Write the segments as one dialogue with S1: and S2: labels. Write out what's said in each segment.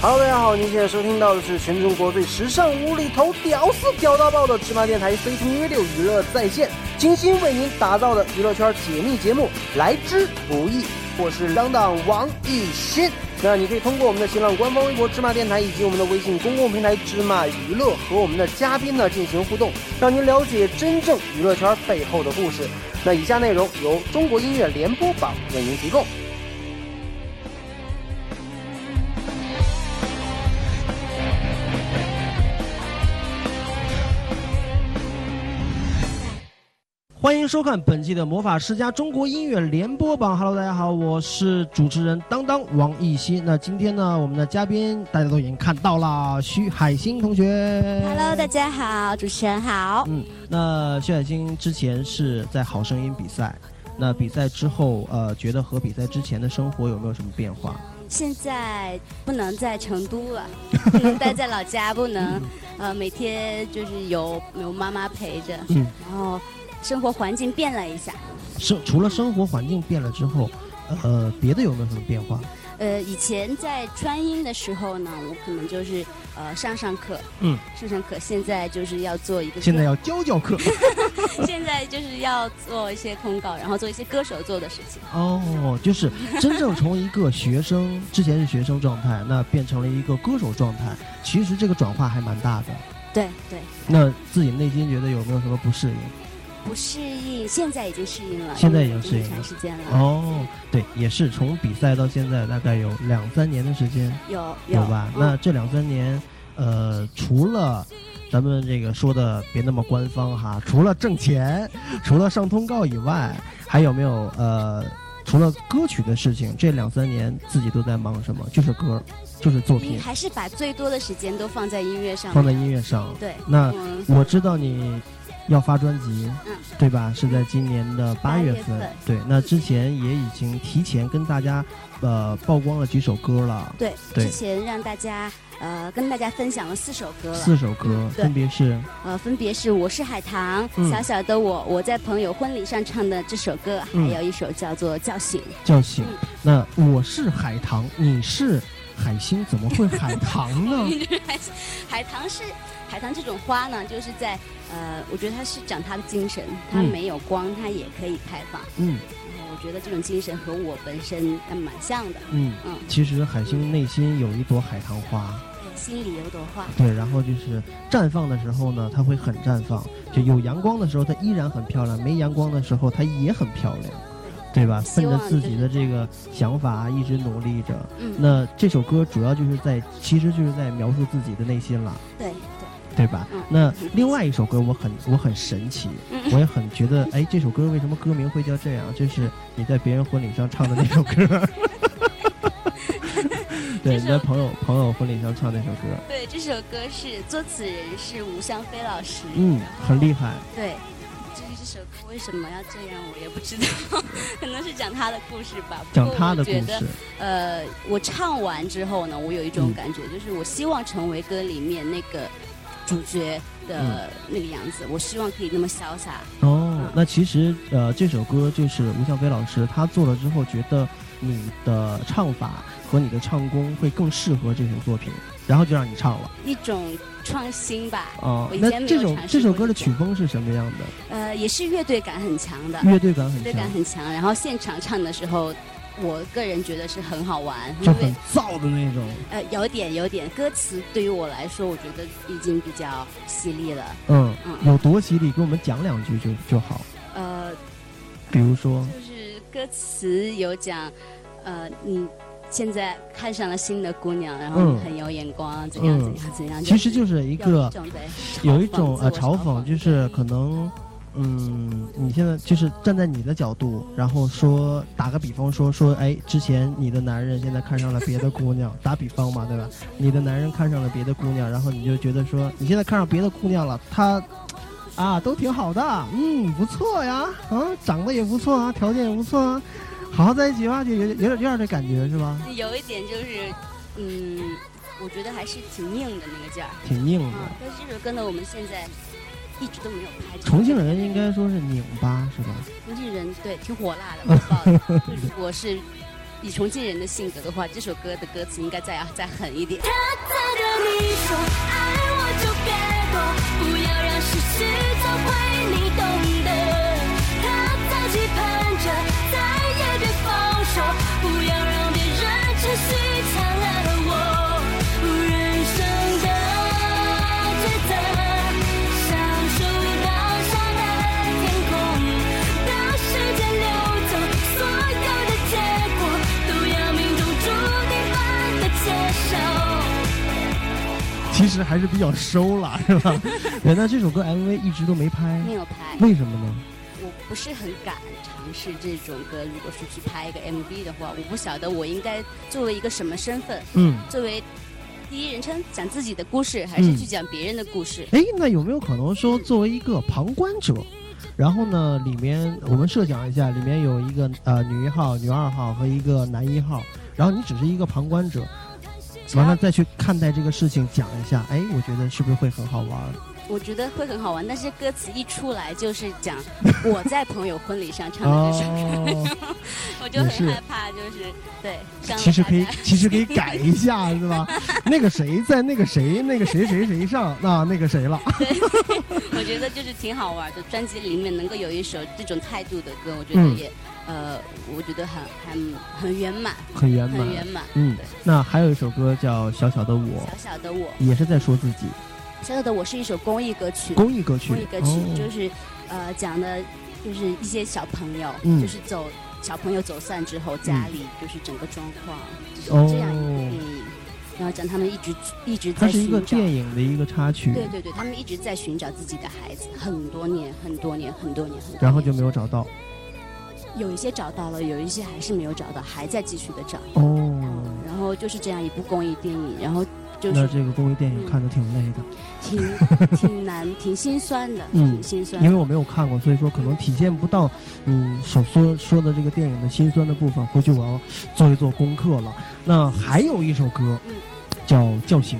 S1: Hello，大家好，您现在收听到的是全中国最时尚、无厘头、屌丝、屌到爆的芝麻电台 C T V 六娱乐在线，精心为您打造的娱乐圈解密节目《来之不易》，我是当当王艺新。那你可以通过我们的新浪官方微博“芝麻电台”以及我们的微信公共平台“芝麻娱乐”和我们的嘉宾呢进行互动，让您了解真正娱乐圈背后的故事。那以下内容由中国音乐联播榜为您提供。欢迎收看本期的《魔法世家中国音乐联播榜》。Hello，大家好，我是主持人当当王艺昕。那今天呢，我们的嘉宾大家都已经看到了，徐海星同学。
S2: Hello，大家好，主持人好。
S1: 嗯，那徐海星之前是在《好声音》比赛，那比赛之后，呃，觉得和比赛之前的生活有没有什么变化？
S2: 现在不能在成 都了，不能待在老家，不能呃每天就是有有妈妈陪着，
S1: 嗯
S2: 然后生活环境变了一下。
S1: 生除了生活环境变了之后，呃，别的有没有什么变化？
S2: 呃，以前在川音的时候呢，我可能就是呃上上课，
S1: 嗯，
S2: 上上课。现在就是要做一个，
S1: 现在要教教课
S2: 现在就是要做一些通告，然后做一些歌手做的事情。
S1: 哦，就是真正从一个学生，之前是学生状态，那变成了一个歌手状态，其实这个转化还蛮大的。
S2: 对对，
S1: 那自己内心觉得有没有什么不适应？
S2: 不适应，现在已经适应了，
S1: 现在已经
S2: 因为
S1: 适应了
S2: 长时间了。
S1: 哦，对，也是从比赛到现在大概有两三年的时间，
S2: 有
S1: 有吧？
S2: 嗯
S1: 那这两三年，呃，除了咱们这个说的别那么官方哈，除了挣钱，除了上通告以外，还有没有呃，除了歌曲的事情，这两三年自己都在忙什么？就是歌，就是作
S2: 你
S1: 品，
S2: 还是把最多的时间都放在音乐上
S1: 放
S2: 面。
S1: 在音乐上。
S2: 对，
S1: 那
S2: 嗯，
S1: 我知道你要发专辑，
S2: 嗯
S1: 对吧？是在今年的八月
S2: 八月份
S1: 对，那之前也已经提前跟大家呃曝光了几首歌了，
S2: 对，
S1: 对
S2: 之前让大家呃跟大家分享了四首歌了，
S1: 四首歌
S2: 嗯，对
S1: 分别是
S2: 呃，分别是《我是海棠》
S1: 嗯
S2: 小小的我》，我在朋友婚礼上唱的这首歌，
S1: 嗯
S2: 还有一首叫做《叫醒》。
S1: 《叫醒》
S2: 嗯
S1: 那我是海棠，你是海星，怎么会海棠呢？
S2: 海海棠是海棠这种花呢，就是在呃，我觉得它是长它的精神，它
S1: 嗯
S2: 没有光，它也可以开放。
S1: 嗯
S2: 然后我觉得这种精神和我本身还蛮像的，
S1: 嗯，
S2: 嗯，
S1: 其实海星内心有一朵海棠花，
S2: 心里有朵花。
S1: 对，然后就是绽放的时候呢，它会很绽放；就有阳光的时候，它依然很漂亮；没阳光的时候，它也很漂亮，对吧？奔
S2: 希
S1: 着
S2: 望
S1: 自己的这个想法一直努力着。
S2: 嗯，
S1: 那这首歌主要就是在，其实就是在描述自己的内心了，
S2: 对
S1: 对吧
S2: 嗯？
S1: 那另外一首歌，我很我很神奇，
S2: 嗯
S1: 我也很觉得，哎，这首歌为什么歌名会叫这样？就是你在别人婚礼上唱的那首歌。 对，你
S2: 这
S1: 在
S2: 首
S1: 朋友朋友婚礼上唱那首歌，
S2: 对，这首歌是作词人是吴湘飞老师，
S1: 嗯，很厉害。
S2: 对，就是这首歌为什么要这样，我也不知道， 可能是讲他的故事吧。不
S1: 讲
S2: 过
S1: 他的
S2: 我
S1: 故
S2: 觉得
S1: 事，
S2: 呃，我唱完之后呢，我有一
S1: 嗯
S2: 种感觉，就是我希望成为歌里面那个主角的那个样子，我希望可以那么潇洒。
S1: 哦
S2: 嗯，
S1: 那其实呃，这首歌就是吴向飞老师他做了之后，觉得你的唱法和你的唱功会更适合这首作品，然后就让你唱了。
S2: 一种创新吧，
S1: 哦、
S2: 我以前没
S1: 那
S2: 有
S1: 这首
S2: 尝试
S1: 这首
S2: 过
S1: 歌的
S2: 这
S1: 曲风是什么样的？
S2: 呃，也是乐队感很强的，
S1: 乐队感很
S2: 嗯乐队
S1: 强
S2: 感，很强。然后现场唱的时候，我个人觉得是很好玩，
S1: 就
S2: 因为
S1: 很燥的那种。
S2: 呃，有点有点，歌词对于我来说，我觉得已经比较犀利了。
S1: 嗯，
S2: 嗯，
S1: 有多犀利，给我们讲两句就就好。
S2: 呃，
S1: 比如说，
S2: 就是歌词有讲，呃，你现在看上了新的姑娘，然后
S1: 嗯
S2: 你很有眼光，怎样
S1: 嗯
S2: 怎样怎样。
S1: 其实就是一
S2: 一
S1: 个
S2: 种对
S1: 有一种呃
S2: 自我
S1: 嘲讽，就是可能，嗯，你现在就是站在你的角度，然后说打个比方说说，哎，之前你的男人现在看上了别的姑娘，打比方嘛，对吧？你的男人看上了别的姑娘，然后你就觉得说你现在看上别的姑娘了，她。啊，都挺好的，嗯，不错呀，啊，长得也不错啊，条件也不错啊，好好在一起吧，就有有点有点这感觉是吧？
S2: 有一点就是，嗯，我觉得还是挺硬的那个劲儿。
S1: 挺拧的。
S2: 啊，但是这首歌呢，我们现在一直都没有拍。
S1: 重庆人应该说是拧巴是吧？
S2: 重庆人对挺火辣的，火爆的。就是我是以重庆人的性格的话，这首歌的歌词应该再要再狠一点。
S3: 他在对你说，爱我就给我，不要让事实教会你懂得。他在期盼着，再也别放手，不要让别人持续强了我。人生的抉择，享受到上的天空，让时间流走，所有的结果都要命中注定般的接受。
S4: 其实还是比较收了，是 吧？
S1: 哎，那这首歌 MV 一直都没拍，
S2: 没有拍，
S1: 为什么呢？
S2: 我不是很敢尝试这种歌。如果是去拍一个 MV 的话，我不晓得我应该作为一个什么身份，
S1: 嗯，
S2: 作为第一人称讲自己的故事，还是
S1: 嗯
S2: 去讲别人的故事？
S1: 哎，那有没有可能说，作为一个旁观者，然后呢，里面我们设想一下，里面有一个呃女一号、女二号和一个男一号，然后你只是一个旁观者，完了再去看待这个事情，讲一下，哎，我觉得是不是会很好玩儿？
S2: 我觉得会很好玩。但是歌词一出来就是讲我在朋友婚礼上
S1: 嗯
S2: 唱的这首歌，
S1: 哦，
S2: 我就
S1: 也
S2: 很
S1: 是
S2: 害怕，就是对。伤了
S1: 其实
S2: 大
S1: 可以
S2: 家，
S1: 其实可以改一下，是吧？那个谁在那个谁，那个谁谁谁上，那那个谁了？
S2: 我觉得就是挺好玩的，专辑里面能够有一首这种态度的歌，我觉
S1: 嗯
S2: 得也，呃，我觉得很很很圆满，
S1: 很圆满
S2: 很，圆满。
S1: 嗯
S2: 对。
S1: 那还有一首歌叫《小小的我》，
S2: 小小的我，
S1: 也是在说自己
S2: 小小的我是一首公益歌曲，
S1: 公益歌曲，
S2: 公益歌曲
S1: 哦
S2: 就是，呃，讲的就是一些小朋友，
S1: 嗯
S2: 就是走小朋友走散之后，家里就是整个状况，
S1: 哦
S2: 就是这样一部电影，然后讲他们一直一直
S1: 它
S2: 在
S1: 是
S2: 寻
S1: 一个
S2: 找。
S1: 电影的一个插曲，
S2: 对对对，他们一直在寻找自己的孩子，很多年，很多年，很多年，很多年
S1: 然后就没有找到。
S2: 有一些找到了，有一些还是没有找到，还在继续的找。
S1: 哦，
S2: 然后就是这样一部公益电影，然后就
S1: 那
S2: 是
S1: 这个公益电影看的挺累的，
S2: 挺 挺难、挺心酸的，
S1: 嗯
S2: 挺心酸
S1: 因
S2: 的。
S1: 为我没有看过，所以说可能体现不到你所说说的这个电影的辛酸的部分。回去我要做一做功课了。那还有一首歌
S2: 嗯，
S1: 叫《叫醒》，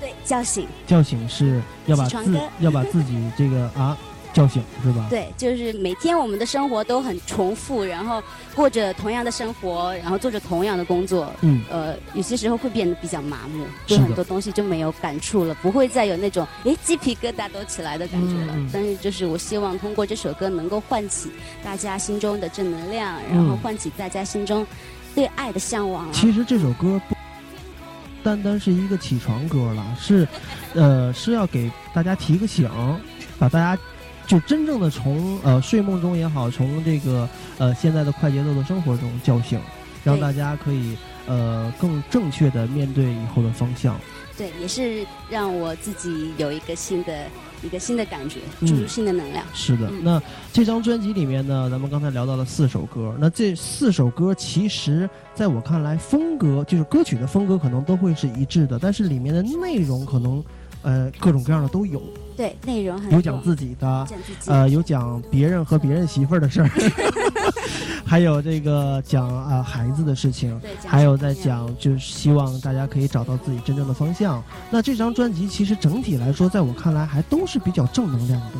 S2: 对，叫醒，
S1: 叫醒是要把
S2: 起床
S1: 自
S2: 歌
S1: 要把自己这个啊叫醒是吧？
S2: 对，就是每天我们的生活都很重复，然后过着同样的生活，然后做着同样的工作。
S1: 嗯，
S2: 呃，有些时候会变得比较麻木，对
S1: 是的
S2: 很多东西就没有感触了，不会再有那种诶鸡皮疙瘩都起来的感觉了。
S1: 嗯嗯
S2: 但是就是我希望通过这首歌能够唤起大家心中的正能量，然后
S1: 嗯
S2: 唤起大家心中对爱的向往啊。
S1: 其实这首歌不单单是一个起床歌了， 是，呃，是要给大家提个醒，把大家就真正的从呃睡梦中也好，从这个呃现在的快节奏的生活中叫醒，让
S2: 对
S1: 大家可以呃更正确的面对以后的方向。
S2: 对，也是让我自己有一个新的一个新的感觉，
S1: 嗯
S2: 注入新的能量。
S1: 是的，
S2: 嗯
S1: 那这张专辑里面呢，咱们刚才聊到了四首歌，那这四首歌其实在我看来，风格就是歌曲的风格可能都会是一致的，但是里面的内容可能，呃，各种各样的都有，
S2: 对，内容很
S1: 有
S2: 多
S1: 讲自己的，
S2: 讲自己，
S1: 呃，有讲别人和别人媳妇儿的 事儿， 还有这个讲啊、呃孩子的事情。
S2: 对，讲
S1: 还有在
S2: 自己
S1: 讲，就是希望大家可以找到自己真正的方向。那这张专辑其实整体来说，在我看来还都是比较正能量的。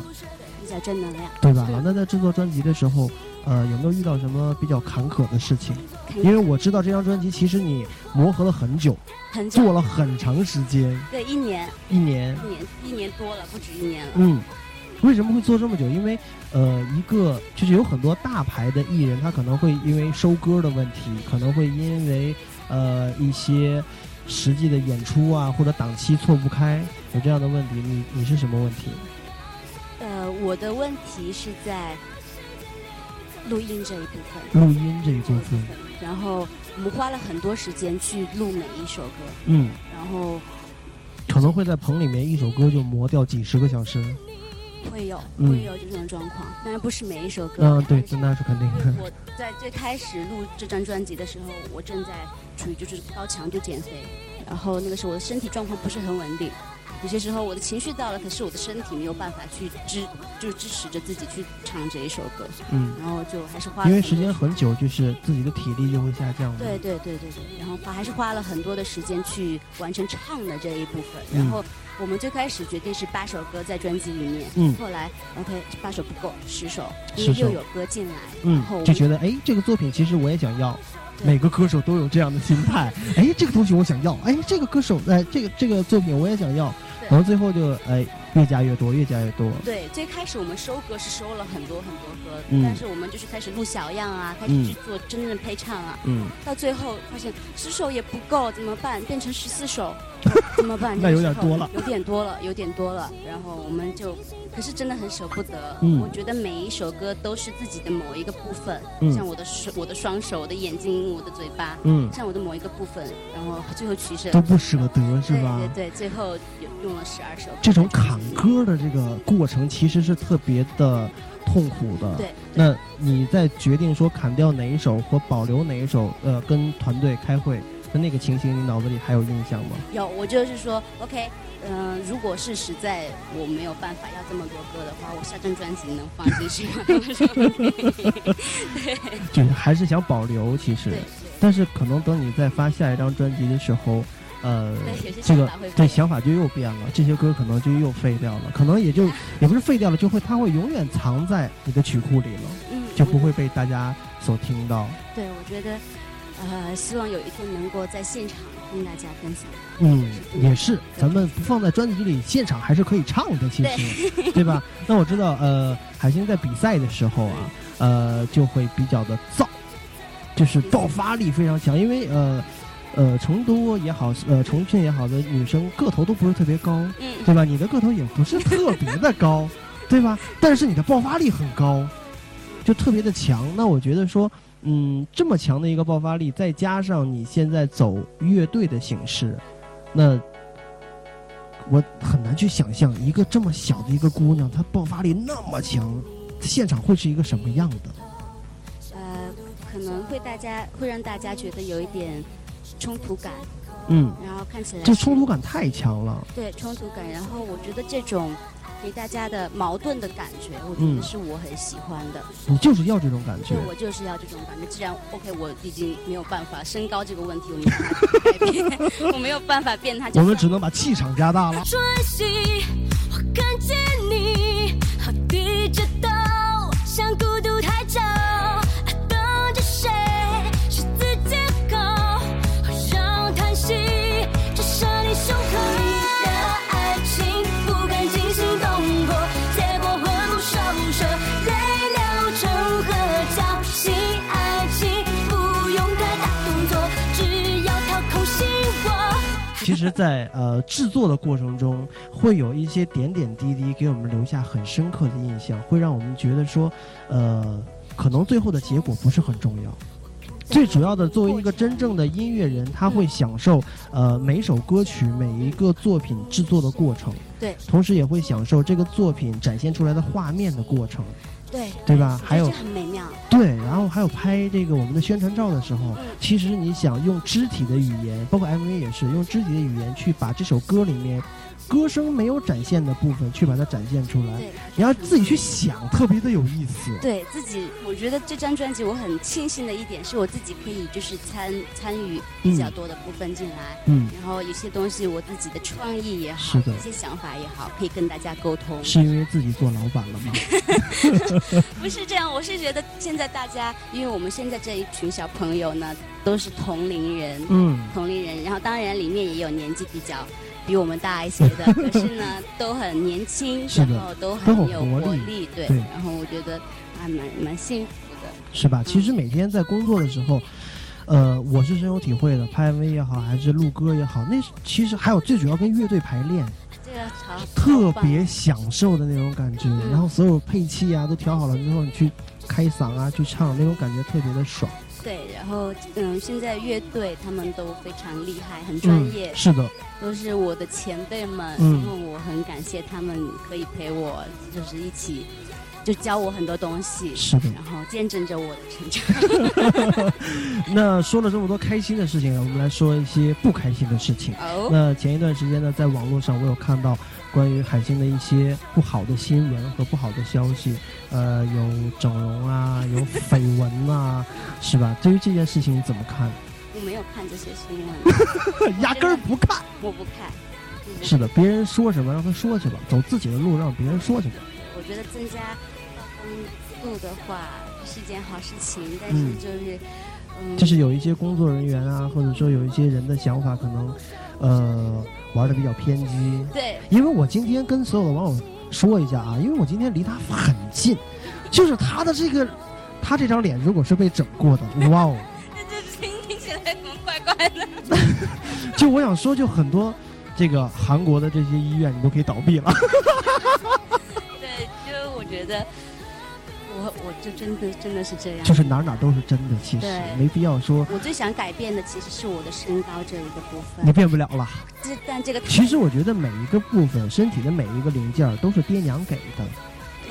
S2: 比较正能量。
S1: 对吧
S2: 对？
S1: 那在制作专辑的时候，呃，有没有遇到什么比较坎坷的事情？
S2: 看
S1: 因为我知道这张专辑其实你磨合了很久，
S2: 很久，
S1: 做了很长时间，
S2: 对，一年，
S1: 一年。
S2: 一年，一年多了，不止一年了。
S1: 嗯，为什么会做这么久？因为，呃，一个就是有很多大牌的艺人，他可能会因为收歌的问题，可能会因为呃一些实际的演出啊或者档期错不开，有这样的问题。你你是什么问题？
S2: 呃，我的问题是在录音这一部分，
S1: 录音这一部
S2: 这一部
S1: 分，
S2: 分。然后我们花了很多时间去录每一首歌，
S1: 嗯，
S2: 然后
S1: 可能会在棚里面一首歌就磨掉几十个小时。
S2: 会有
S1: 嗯
S2: 会有这种状况，当然不是每一首歌。
S1: 嗯，对，
S2: 但是
S1: 这那是肯定
S2: 因为
S1: 的。
S2: 我在最开始录这张专辑的时候，我正在处于就是高强度减肥，然后那个时候我的身体状况不是很稳定，有些时候我的情绪到了，可是我的身体没有办法去支，就支持着自己去唱这一首歌，
S1: 嗯，
S2: 然后就还是花了
S1: 因为
S2: 很
S1: 时
S2: 多
S1: 间很久，就是自己的体力就会下降嘛。
S2: 对对对对对，然后花还是花了很多的时间去完成唱的这一部分。
S1: 嗯
S2: 然后我们最开始决定是八首歌在专辑里面，
S1: 嗯
S2: 后来 OK 八首不够，十首，因
S1: 十
S2: 为
S1: 首
S2: 又有歌进来，然后
S1: 嗯，
S2: 我们
S1: 就觉得哎，这个作品其实我也想要，
S2: 对
S1: 每个歌手都有这样的心态。哎，这个东西我想要，哎，这个歌手，哎，这个这个作品我也想要，
S2: 对
S1: 然后最后就哎越加越多，越加越多。
S2: 对，最开始我们收歌是收了很多很多歌，
S1: 嗯
S2: 但是我们就是开始录小样啊，开始
S1: 嗯
S2: 去做真正的配唱啊，
S1: 嗯，
S2: 到最后发现十首也不够，怎么办？变成十 四首，怎么办？
S1: 那有点
S2: 这个时候
S1: 多了，
S2: 有点多了，有点多了。然后我们就，可是真的很舍不得。
S1: 嗯
S2: 我觉得每一首歌都是自己的某一个部分，
S1: 嗯
S2: 像我的手、我的双手、我的眼睛、我的嘴巴，
S1: 嗯，
S2: 像我的某一个部分，然后最后取舍。
S1: 都不舍得是吧？
S2: 对对对，最后有用了十二首歌。
S1: 这种砍歌的这个过程其实是特别的痛苦的。
S2: 对，对，
S1: 那你在决定说砍掉哪一首和保留哪一首，呃，跟团队开会的那个情形，你脑子里还有印象吗？
S2: 有我就是说，OK，嗯、如果是实在我没有办法要这么多歌的话，我下张专辑能放进去吗？
S1: 就是还是想保留，其实
S2: 对，
S1: 但是可能等你再发下一张专辑的时候，呃，
S2: 对，有些
S1: 这
S2: 想
S1: 个
S2: 法会
S1: 对
S2: 变
S1: 想法就又变了，这些歌可能就又废掉了，可能也 就也不是废掉了，就会它会永远藏在你的曲库里了，
S2: 嗯，
S1: 就不会被大家所听到。
S2: 对，我觉得，呃，希望有一天能够在现场跟大家分享。
S1: 嗯，也是，咱们不放在专辑里，现场还是可以唱的，其实，对吧？那我知道，呃，海星在比赛的时候啊，呃，就会比较的燥，就是爆发力非常强，因为呃，呃，成都也好，呃，重庆也好的女生个头都不是特别高，
S2: 嗯，
S1: 对吧？你的个头也不是特别的高，对吧？但是你的爆发力很高，就特别的强。那我觉得说，嗯，这么强的一个爆发力，再加上你现在走乐队的形式，那我很难去想象一个这么小的一个姑娘，她爆发力那么强，现场会是一个什么样的？
S2: 呃，可能会大家会让大家觉得有一点冲突感，
S1: 嗯，
S2: 然后看起来
S1: 这
S2: 是
S1: 冲突感太强了。
S2: 对冲突感，然后我觉得这种给大家的矛盾的感觉，我觉
S1: 嗯
S2: 得是我很喜欢的。
S1: 你就是要这种感觉
S2: 对，，我就是要这种感觉。既然 OK，我已经没有办法身高这个问题，我没办法改变， 我没有办法变它。就
S1: 我们
S2: 算
S1: 只能把气场加大了。
S3: 专心，我看见你，好低着头，像孤独太久，啊等着谁十字街口，好让叹息只剩你胸口。你的爱情不敢惊心动魄，结果魂不守舍，泪流成河。侥幸爱情不用太大动作，只要掏空心窝。
S1: 其实在，呃制作的过程中，会有一些点点滴滴给我们留下很深刻的印象，会让我们觉得说，呃，可能最后的结果不是很重要。最主要的，作为一个真正的音乐人，他会享受呃每首歌曲、每一个作品制作的过程，
S2: 对
S1: 同时也会享受这个作品展现出来的画面的过程，
S2: 对
S1: 对吧？
S2: 我觉
S1: 还
S2: 得
S1: 有
S2: 这很美妙。
S1: 对，然后还有拍这个我们的宣传照的时候
S2: 嗯，
S1: 其实你想用肢体的语言，包括 MV 也是用肢体的语言去把这首歌里面歌声没有展现的部分去把它展现出来，
S2: 对，
S1: 你要自己去想，特别的有意思。
S2: 对自己，我觉得这张专辑我很庆幸的一点是我自己可以就是参参与比较多的部分进来，
S1: 嗯，
S2: 然后有些东西我自己的创意也好
S1: 是，的
S2: 一些想法也好，可以跟大家沟通。
S1: 是因为自己做老板 了吗？
S2: 不是这样，我是觉得现在大家，因为我们现在这一群小朋友呢，都是同龄人，
S1: 嗯，
S2: 同龄人，然后当然里面也有年纪比较比我们大一些的，可 是呢都很年轻，
S1: 是的
S2: 然后都
S1: 都
S2: 很
S1: 很
S2: 有
S1: 活
S2: 活
S1: 力
S2: 力，对
S1: 对，
S2: 然后我觉得还蛮蛮幸福的。
S1: 是吧？其实每天在工作的时候。呃，我是深有体会的，拍 MV 也好，还是录歌也好，那是其实还有最主要跟乐队排练，
S2: 这个好
S1: 特
S2: 好棒
S1: 别享受的那种感觉，然后所有配器啊都调好了之后，你去开嗓啊去唱，那种感觉特别的爽。
S2: 对，然后嗯，现在乐队他们都非常厉害，很专
S1: 嗯
S2: 业，，
S1: 是的，
S2: 都是我的前辈们，
S1: 嗯
S2: 然后我很感谢他们可以陪我，就是一起就教我很多东西，
S1: 是的。
S2: 然后见证着我的成长。
S1: 那说了这么多开心的事情，我们来说一些不开心的事情。
S2: 哦，
S1: 那前一段时间呢，在网络上我有看到关于海星的一些不好的新闻和不好的消息，呃，有整容啊，有绯闻啊，是吧？对于这件事情你怎么看？
S2: 我没有看这些新 闻，
S1: 压根儿不看。
S2: 我不看。我不
S1: 是的，别人说什么让他说去吧，走自己的路让别人说去吧。
S2: 我觉得增加曝光度的话是件好事情，但是
S1: 嗯
S2: 就是，嗯，
S1: 就是有一些工作人员啊，或者说有一些人的想法可能，呃，玩的比较偏激。
S2: 对，
S1: 因为我今天跟所有的网友说一下啊，因为我今天离他很近，就是他的这个，他这张脸如果是被整过的，哇哦！
S2: 这这听听起来怎么怪怪的？
S1: 就我想说，就很多这个韩国的这些医院，你都可以倒闭了。
S2: 对，就我觉得，我我就真的真的是这样
S1: 就。是哪儿哪儿都是真的，其实
S2: 对
S1: 没必要说
S2: 我最想改变的其实是我的身高这一个部
S1: 你
S2: 分，
S1: 变不了了。
S2: 这但这个
S1: 其实我觉得每一个部分，身体的每一个零件儿都是爹娘给的，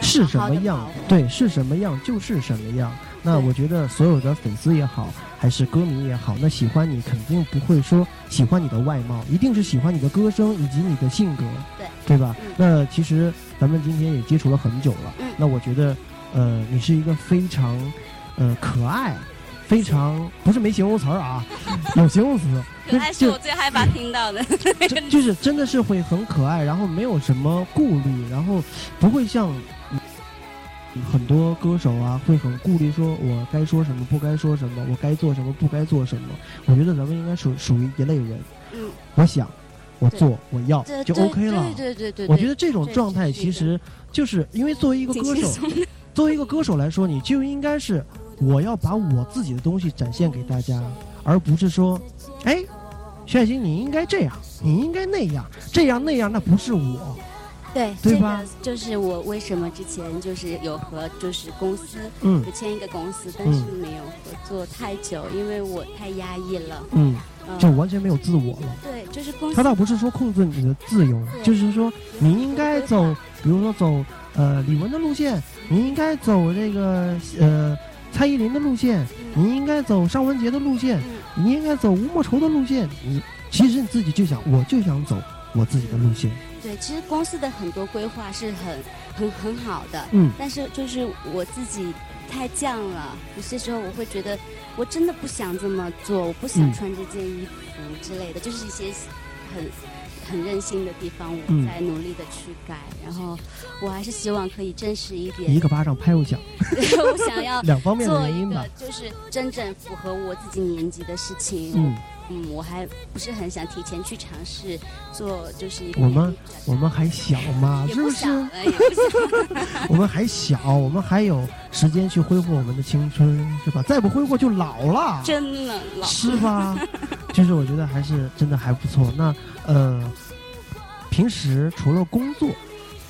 S1: 是什么样，对，是什么样就是什么样。那
S2: 对
S1: 我觉得所有的粉丝也好，还是歌迷也好，那喜欢你肯定不会说喜欢你的外貌，一定是喜欢你的歌声以及你的性格，
S2: 对
S1: 对吧
S2: 嗯？
S1: 那其实咱们今天也接触了很久了，
S2: 嗯
S1: 那我觉得，呃，你是一个非常，呃，可爱，非常不是没形容词儿 啊，有形容词，
S2: 可爱是
S1: 就
S2: 我最害怕听到的。
S1: 就就是真的是会很可爱，然后没有什么顾虑，然后不会像嗯很多歌手啊会很顾虑，说我该说什么，不该说什么，我该做什么，不该做什么。我觉得咱们应该属属于一类人，
S2: 嗯，
S1: 我想，我
S2: 对
S1: 做，我要
S2: 这
S1: 就
S2: 对
S1: OK 了。
S2: 对对对对，
S1: 我觉得这种
S2: 这
S1: 状态
S2: 这是一
S1: 其实就是因为作为一个
S2: 挺
S1: 歌
S2: 轻
S1: 手，
S2: 松的。
S1: 作为一个歌手来说，你就应该是我要把我自己的东西展现给大家，而不是说，哎，徐海星，你应该这样，你应该那样，这样那样，那不是我。
S2: 对，
S1: 对
S2: 这
S1: 吧
S2: 个就是我为什么之前就是有和就是公司
S1: 嗯
S2: 有签一个公司，但是没有合作太久，因为我太压抑了。
S1: 嗯，
S2: 嗯
S1: 就完全没有自我了。
S2: 对，就是公司
S1: 他倒不是说控制你的自由，
S2: 对
S1: 就是说你应该走，比如说走呃李玟的路线，你应该走这个呃蔡依林的路线，
S2: 嗯
S1: 你应该走尚雯婕的路线，
S2: 嗯
S1: 你应该走吴莫愁的路线。你其实你自己就想，我就想走我自己的路线。
S2: 对，其实公司的很多规划是很很很好的，
S1: 嗯，
S2: 但是就是我自己太犟了，有些时候我会觉得我真的不想这么做，我不想
S1: 嗯
S2: 穿这件衣服之类的，就是一些很很任性的地方，我
S1: 嗯
S2: 在努力的去改，然后我还是希望可以真实一
S1: 一
S2: 点，
S1: 个巴掌拍不响，
S2: 我 想要
S1: 两方面
S2: 做
S1: 的原
S2: 一
S1: 因吧
S2: 个。就是真正符合我自己年纪的事情，
S1: 嗯，
S2: 嗯，我还不是很想提前去尝试做，就是一个
S1: 我们
S2: 年龄比较
S1: 我们还小嘛，
S2: 也
S1: 啊是
S2: 不
S1: 不是
S2: 想？了，也不想。
S1: 我们还小，我们还有时间去恢复我们的青春，是吧？再不挥霍就老了，
S2: 真的老
S1: 是 吧？就是我觉得还是真的还不错。那呃，平时除了工作，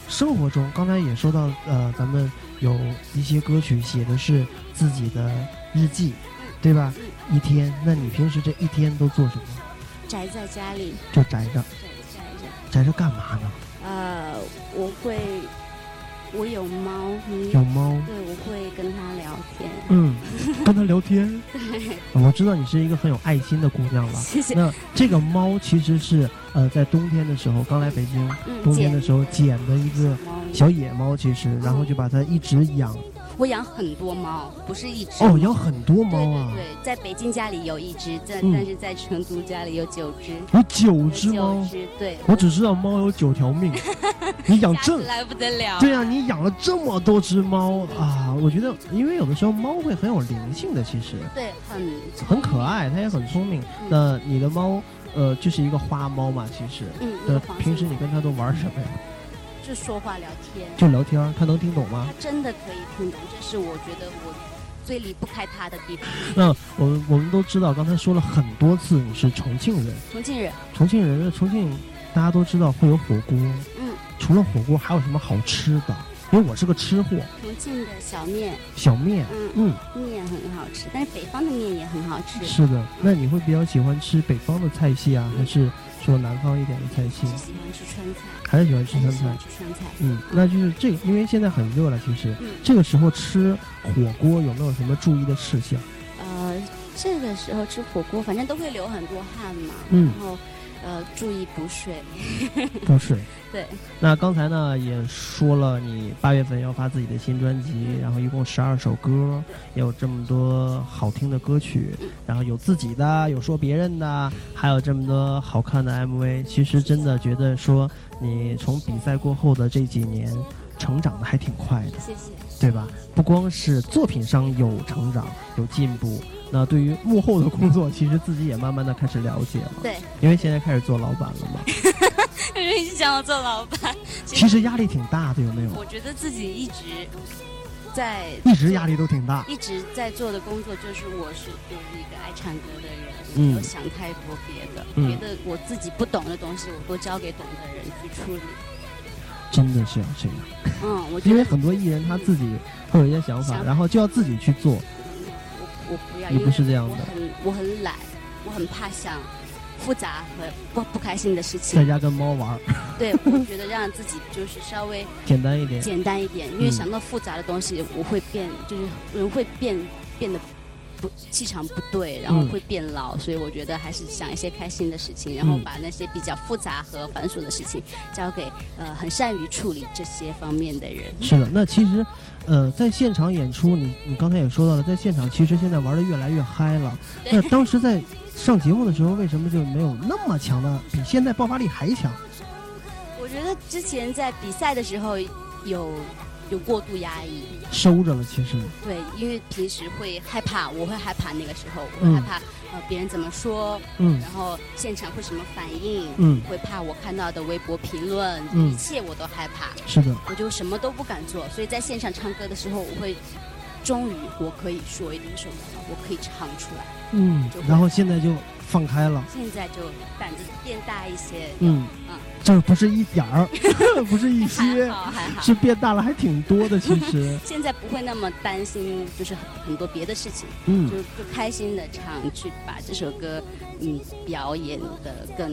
S1: 生活中刚才也说到，呃，咱们有一些歌曲写的是自己的日记，
S2: 嗯
S1: 对吧？一天，那你平时这一天都做什么？
S2: 宅在家里
S1: 就宅着，
S2: 宅宅着。
S1: 宅着干嘛呢？
S2: 呃，我会，我有猫咪，
S1: 有猫，
S2: 对，我会跟它聊天。
S1: 嗯，跟它聊 天。我知道你是一个很有爱心的姑娘了。
S2: 谢谢。
S1: 那这个猫其实是呃，在冬天的时候刚来北京，
S2: 嗯，
S1: 冬天的时候
S2: 捡
S1: 捡的一个
S2: 猫咪
S1: 小野猫，其实，然后就把它一直养。
S2: 我养很多猫，不是一只。
S1: 哦，养很多
S2: 对
S1: 猫啊，
S2: 对对，在北京家里有一只，在、
S1: 嗯
S2: 但是在成都家里有九只。
S1: 有九
S2: 有
S1: 只猫
S2: 九，只，对。
S1: 我只知道猫有九条 命，你养
S2: 加起
S1: 这。
S2: 来不得了。
S1: 对呀、啊你养了这么多只猫啊！我觉得，因为有的时候猫会很有灵性的，其实
S2: 对，很
S1: 很可。爱，它也很聪明。
S2: 嗯
S1: 那你的猫，呃，就是一个花猫嘛，其实。
S2: 嗯，
S1: 那
S2: 那个黄
S1: 呃平
S2: 色
S1: 时
S2: 的
S1: 你跟它都玩什么呀？
S2: 就说话聊天，
S1: 就聊天儿，它能听懂吗
S2: 它？真的可以听懂，这是我觉得我最离不开它的地方。
S1: 那我们我们都知道，刚才说了很多次，你是重庆人。
S2: 重庆人，
S1: 重庆人，重庆大家都知道会有火锅，
S2: 嗯，
S1: 除了火锅还有什么好吃的？因为我是个吃货，
S2: 重庆的小面，
S1: 小面，
S2: 嗯，
S1: 嗯，
S2: 面很好吃，但是北方的面也很好吃，
S1: 是的。那你会比较喜欢吃北方的菜系啊，还是说南方一点的菜系
S2: 只？喜欢吃川菜，
S1: 还是喜欢吃
S2: 还
S1: 川
S2: 是喜
S1: 菜
S2: 欢？吃川菜。
S1: 嗯，那就是这个，因为现在很热了，其实
S2: 嗯
S1: 这个时候吃火锅有没有什么注意的事项？
S2: 呃，这个时候吃火锅，反正都会流很多汗嘛，
S1: 嗯
S2: 然后呃注意补水，
S1: 补水。
S2: 对，
S1: 哦那刚才呢也说了，你八月份要发自己的新专辑，然后一共十二首歌，也有这么多好听的歌曲，然后有自己的，有说别人的，还有这么多好看的 MV。其实真的觉得说，你从比赛过后的这几年。成长的还挺快的，
S2: 谢谢。
S1: 对吧？不光是作品上有成长有进步，那对于幕后的工作，其实自己也慢慢的开始了解了，
S2: 对，
S1: 因为现在开始做老板了嘛，
S2: 有人一直想要做老板，
S1: 其实压力挺大的，有没有？
S2: 我觉得自己一直在
S1: 一直压力都挺大，
S2: 一直在做的工作就是我是就是一个爱唱歌的人，我
S1: 嗯
S2: 没有想太多别的，
S1: 嗯
S2: 别的我自己不懂的东西，我都交给懂的人去处理。
S1: 真的是要这样。
S2: 嗯，我觉
S1: 因为
S2: 得
S1: 很多艺人他自己会有一些想法，
S2: 想
S1: 然后就要自己去做。
S2: 我我不要，
S1: 你
S2: 因
S1: 不
S2: 为
S1: 是这样的
S2: 我很我很懒，我很怕想复杂和不不开心的事
S1: 在
S2: 情。
S1: 家跟猫玩 儿，
S2: 对，我觉得让自己就是稍微
S1: 简单一点。
S2: 简单一点，因为
S1: 嗯
S2: 想到复杂的东西，我会变，就是人会变变得不气场不对，然后
S1: 嗯
S2: 会变老，所以我觉得还是想一些开心的事情，然后
S1: 嗯
S2: 把那些比较复杂和繁琐的事情交给呃很善于处理这些方面的人。
S1: 是的，那其实，呃，在现场演出，你你刚才也说到了，在现场其实现在玩的越来越嗨了。
S2: 对
S1: 那当时在上节目的时候，为什么就没有那么强的，比现在爆发力还强？
S2: 我觉得之前在比赛的时候有有过度压抑，
S1: 收着了，其实，
S2: 对，因为平时会害怕，我会害怕那个时候，我会害
S1: 嗯
S2: 怕、呃别人怎么说，
S1: 嗯
S2: 然后现场会什么反应，
S1: 嗯，
S2: 会怕我看到的微博评论，
S1: 嗯
S2: 一切我都害怕，
S1: 是的，
S2: 我就什么都不敢做。所以在现场唱歌的时候，我会，终于我可以说一首歌，我可以唱出来。
S1: 嗯
S2: 就会
S1: 然后现在就放开了，
S2: 现在就胆子变大一些，
S1: 嗯
S2: 嗯，
S1: 就是不是一点儿， 不是一
S2: 还
S1: 些，
S2: 好还好。
S1: 是变大了，还挺多的，其实，
S2: 现在不会那么担心，就是很多别的事情，
S1: 嗯
S2: 就。就开心的唱，去把这首歌，嗯，表演的更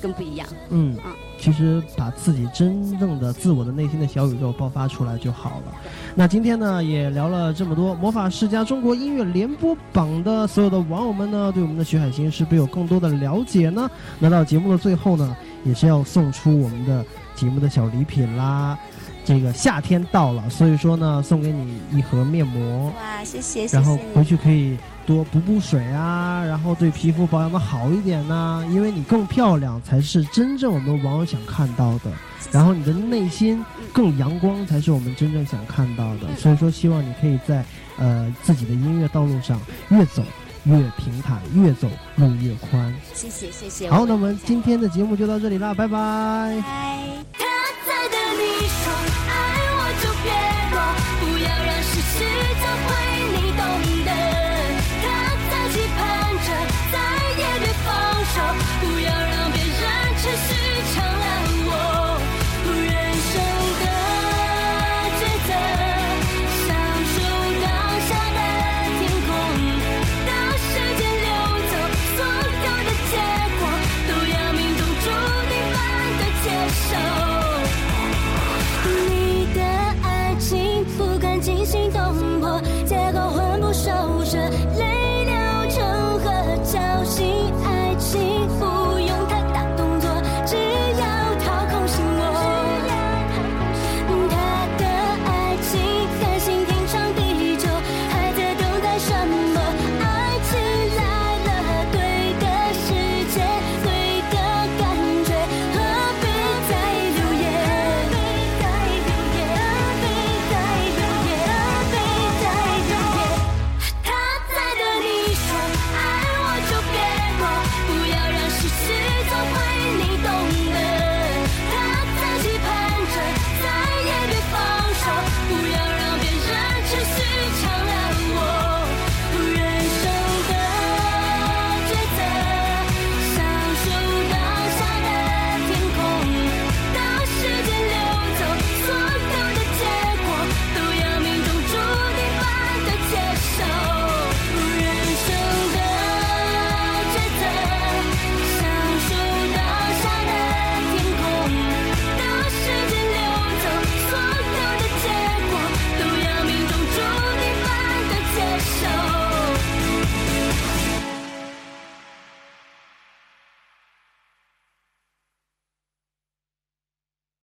S2: 更不一样。
S1: 嗯
S2: 嗯，
S1: 其实把自己真正的自我的内心的小宇宙爆发出来就好了。那今天呢，也聊了这么多《魔法世家中国音乐联播榜》的所有的网友们呢，对我们的徐海鑫是不是有更多的了解呢？那到节目的最后呢，也是要送出我们的节目的小礼品啦。这个夏天到了，所以说呢，送给你一盒面膜。
S2: 哇，谢谢谢
S1: 然后
S2: 谢
S1: 回
S2: 你，
S1: 去可以多补补水啊，然后对皮肤保养的好一点呐、因为你更漂亮才是真正我们网友想看到的，
S2: 谢谢
S1: 然后你的内心更阳光才是我们真正想看到的，
S2: 嗯
S1: 所以说希望你可以在呃自己的音乐道路上越走越平坦，越走路越宽。
S2: 谢谢谢谢。
S1: 好，
S2: 我
S1: 那我们
S2: 会
S1: 今天的节目就到这里啦，拜拜。
S2: 拜。
S3: 他在对你说，爱我就别躲，不要让事实教会你懂得。他在期盼着，再也别放手，不要让别人持续成了我。人生的抉择，享受当下的天空，当时间流走，所有的结果都要命中注定般的接受。你的爱情不敢惊心动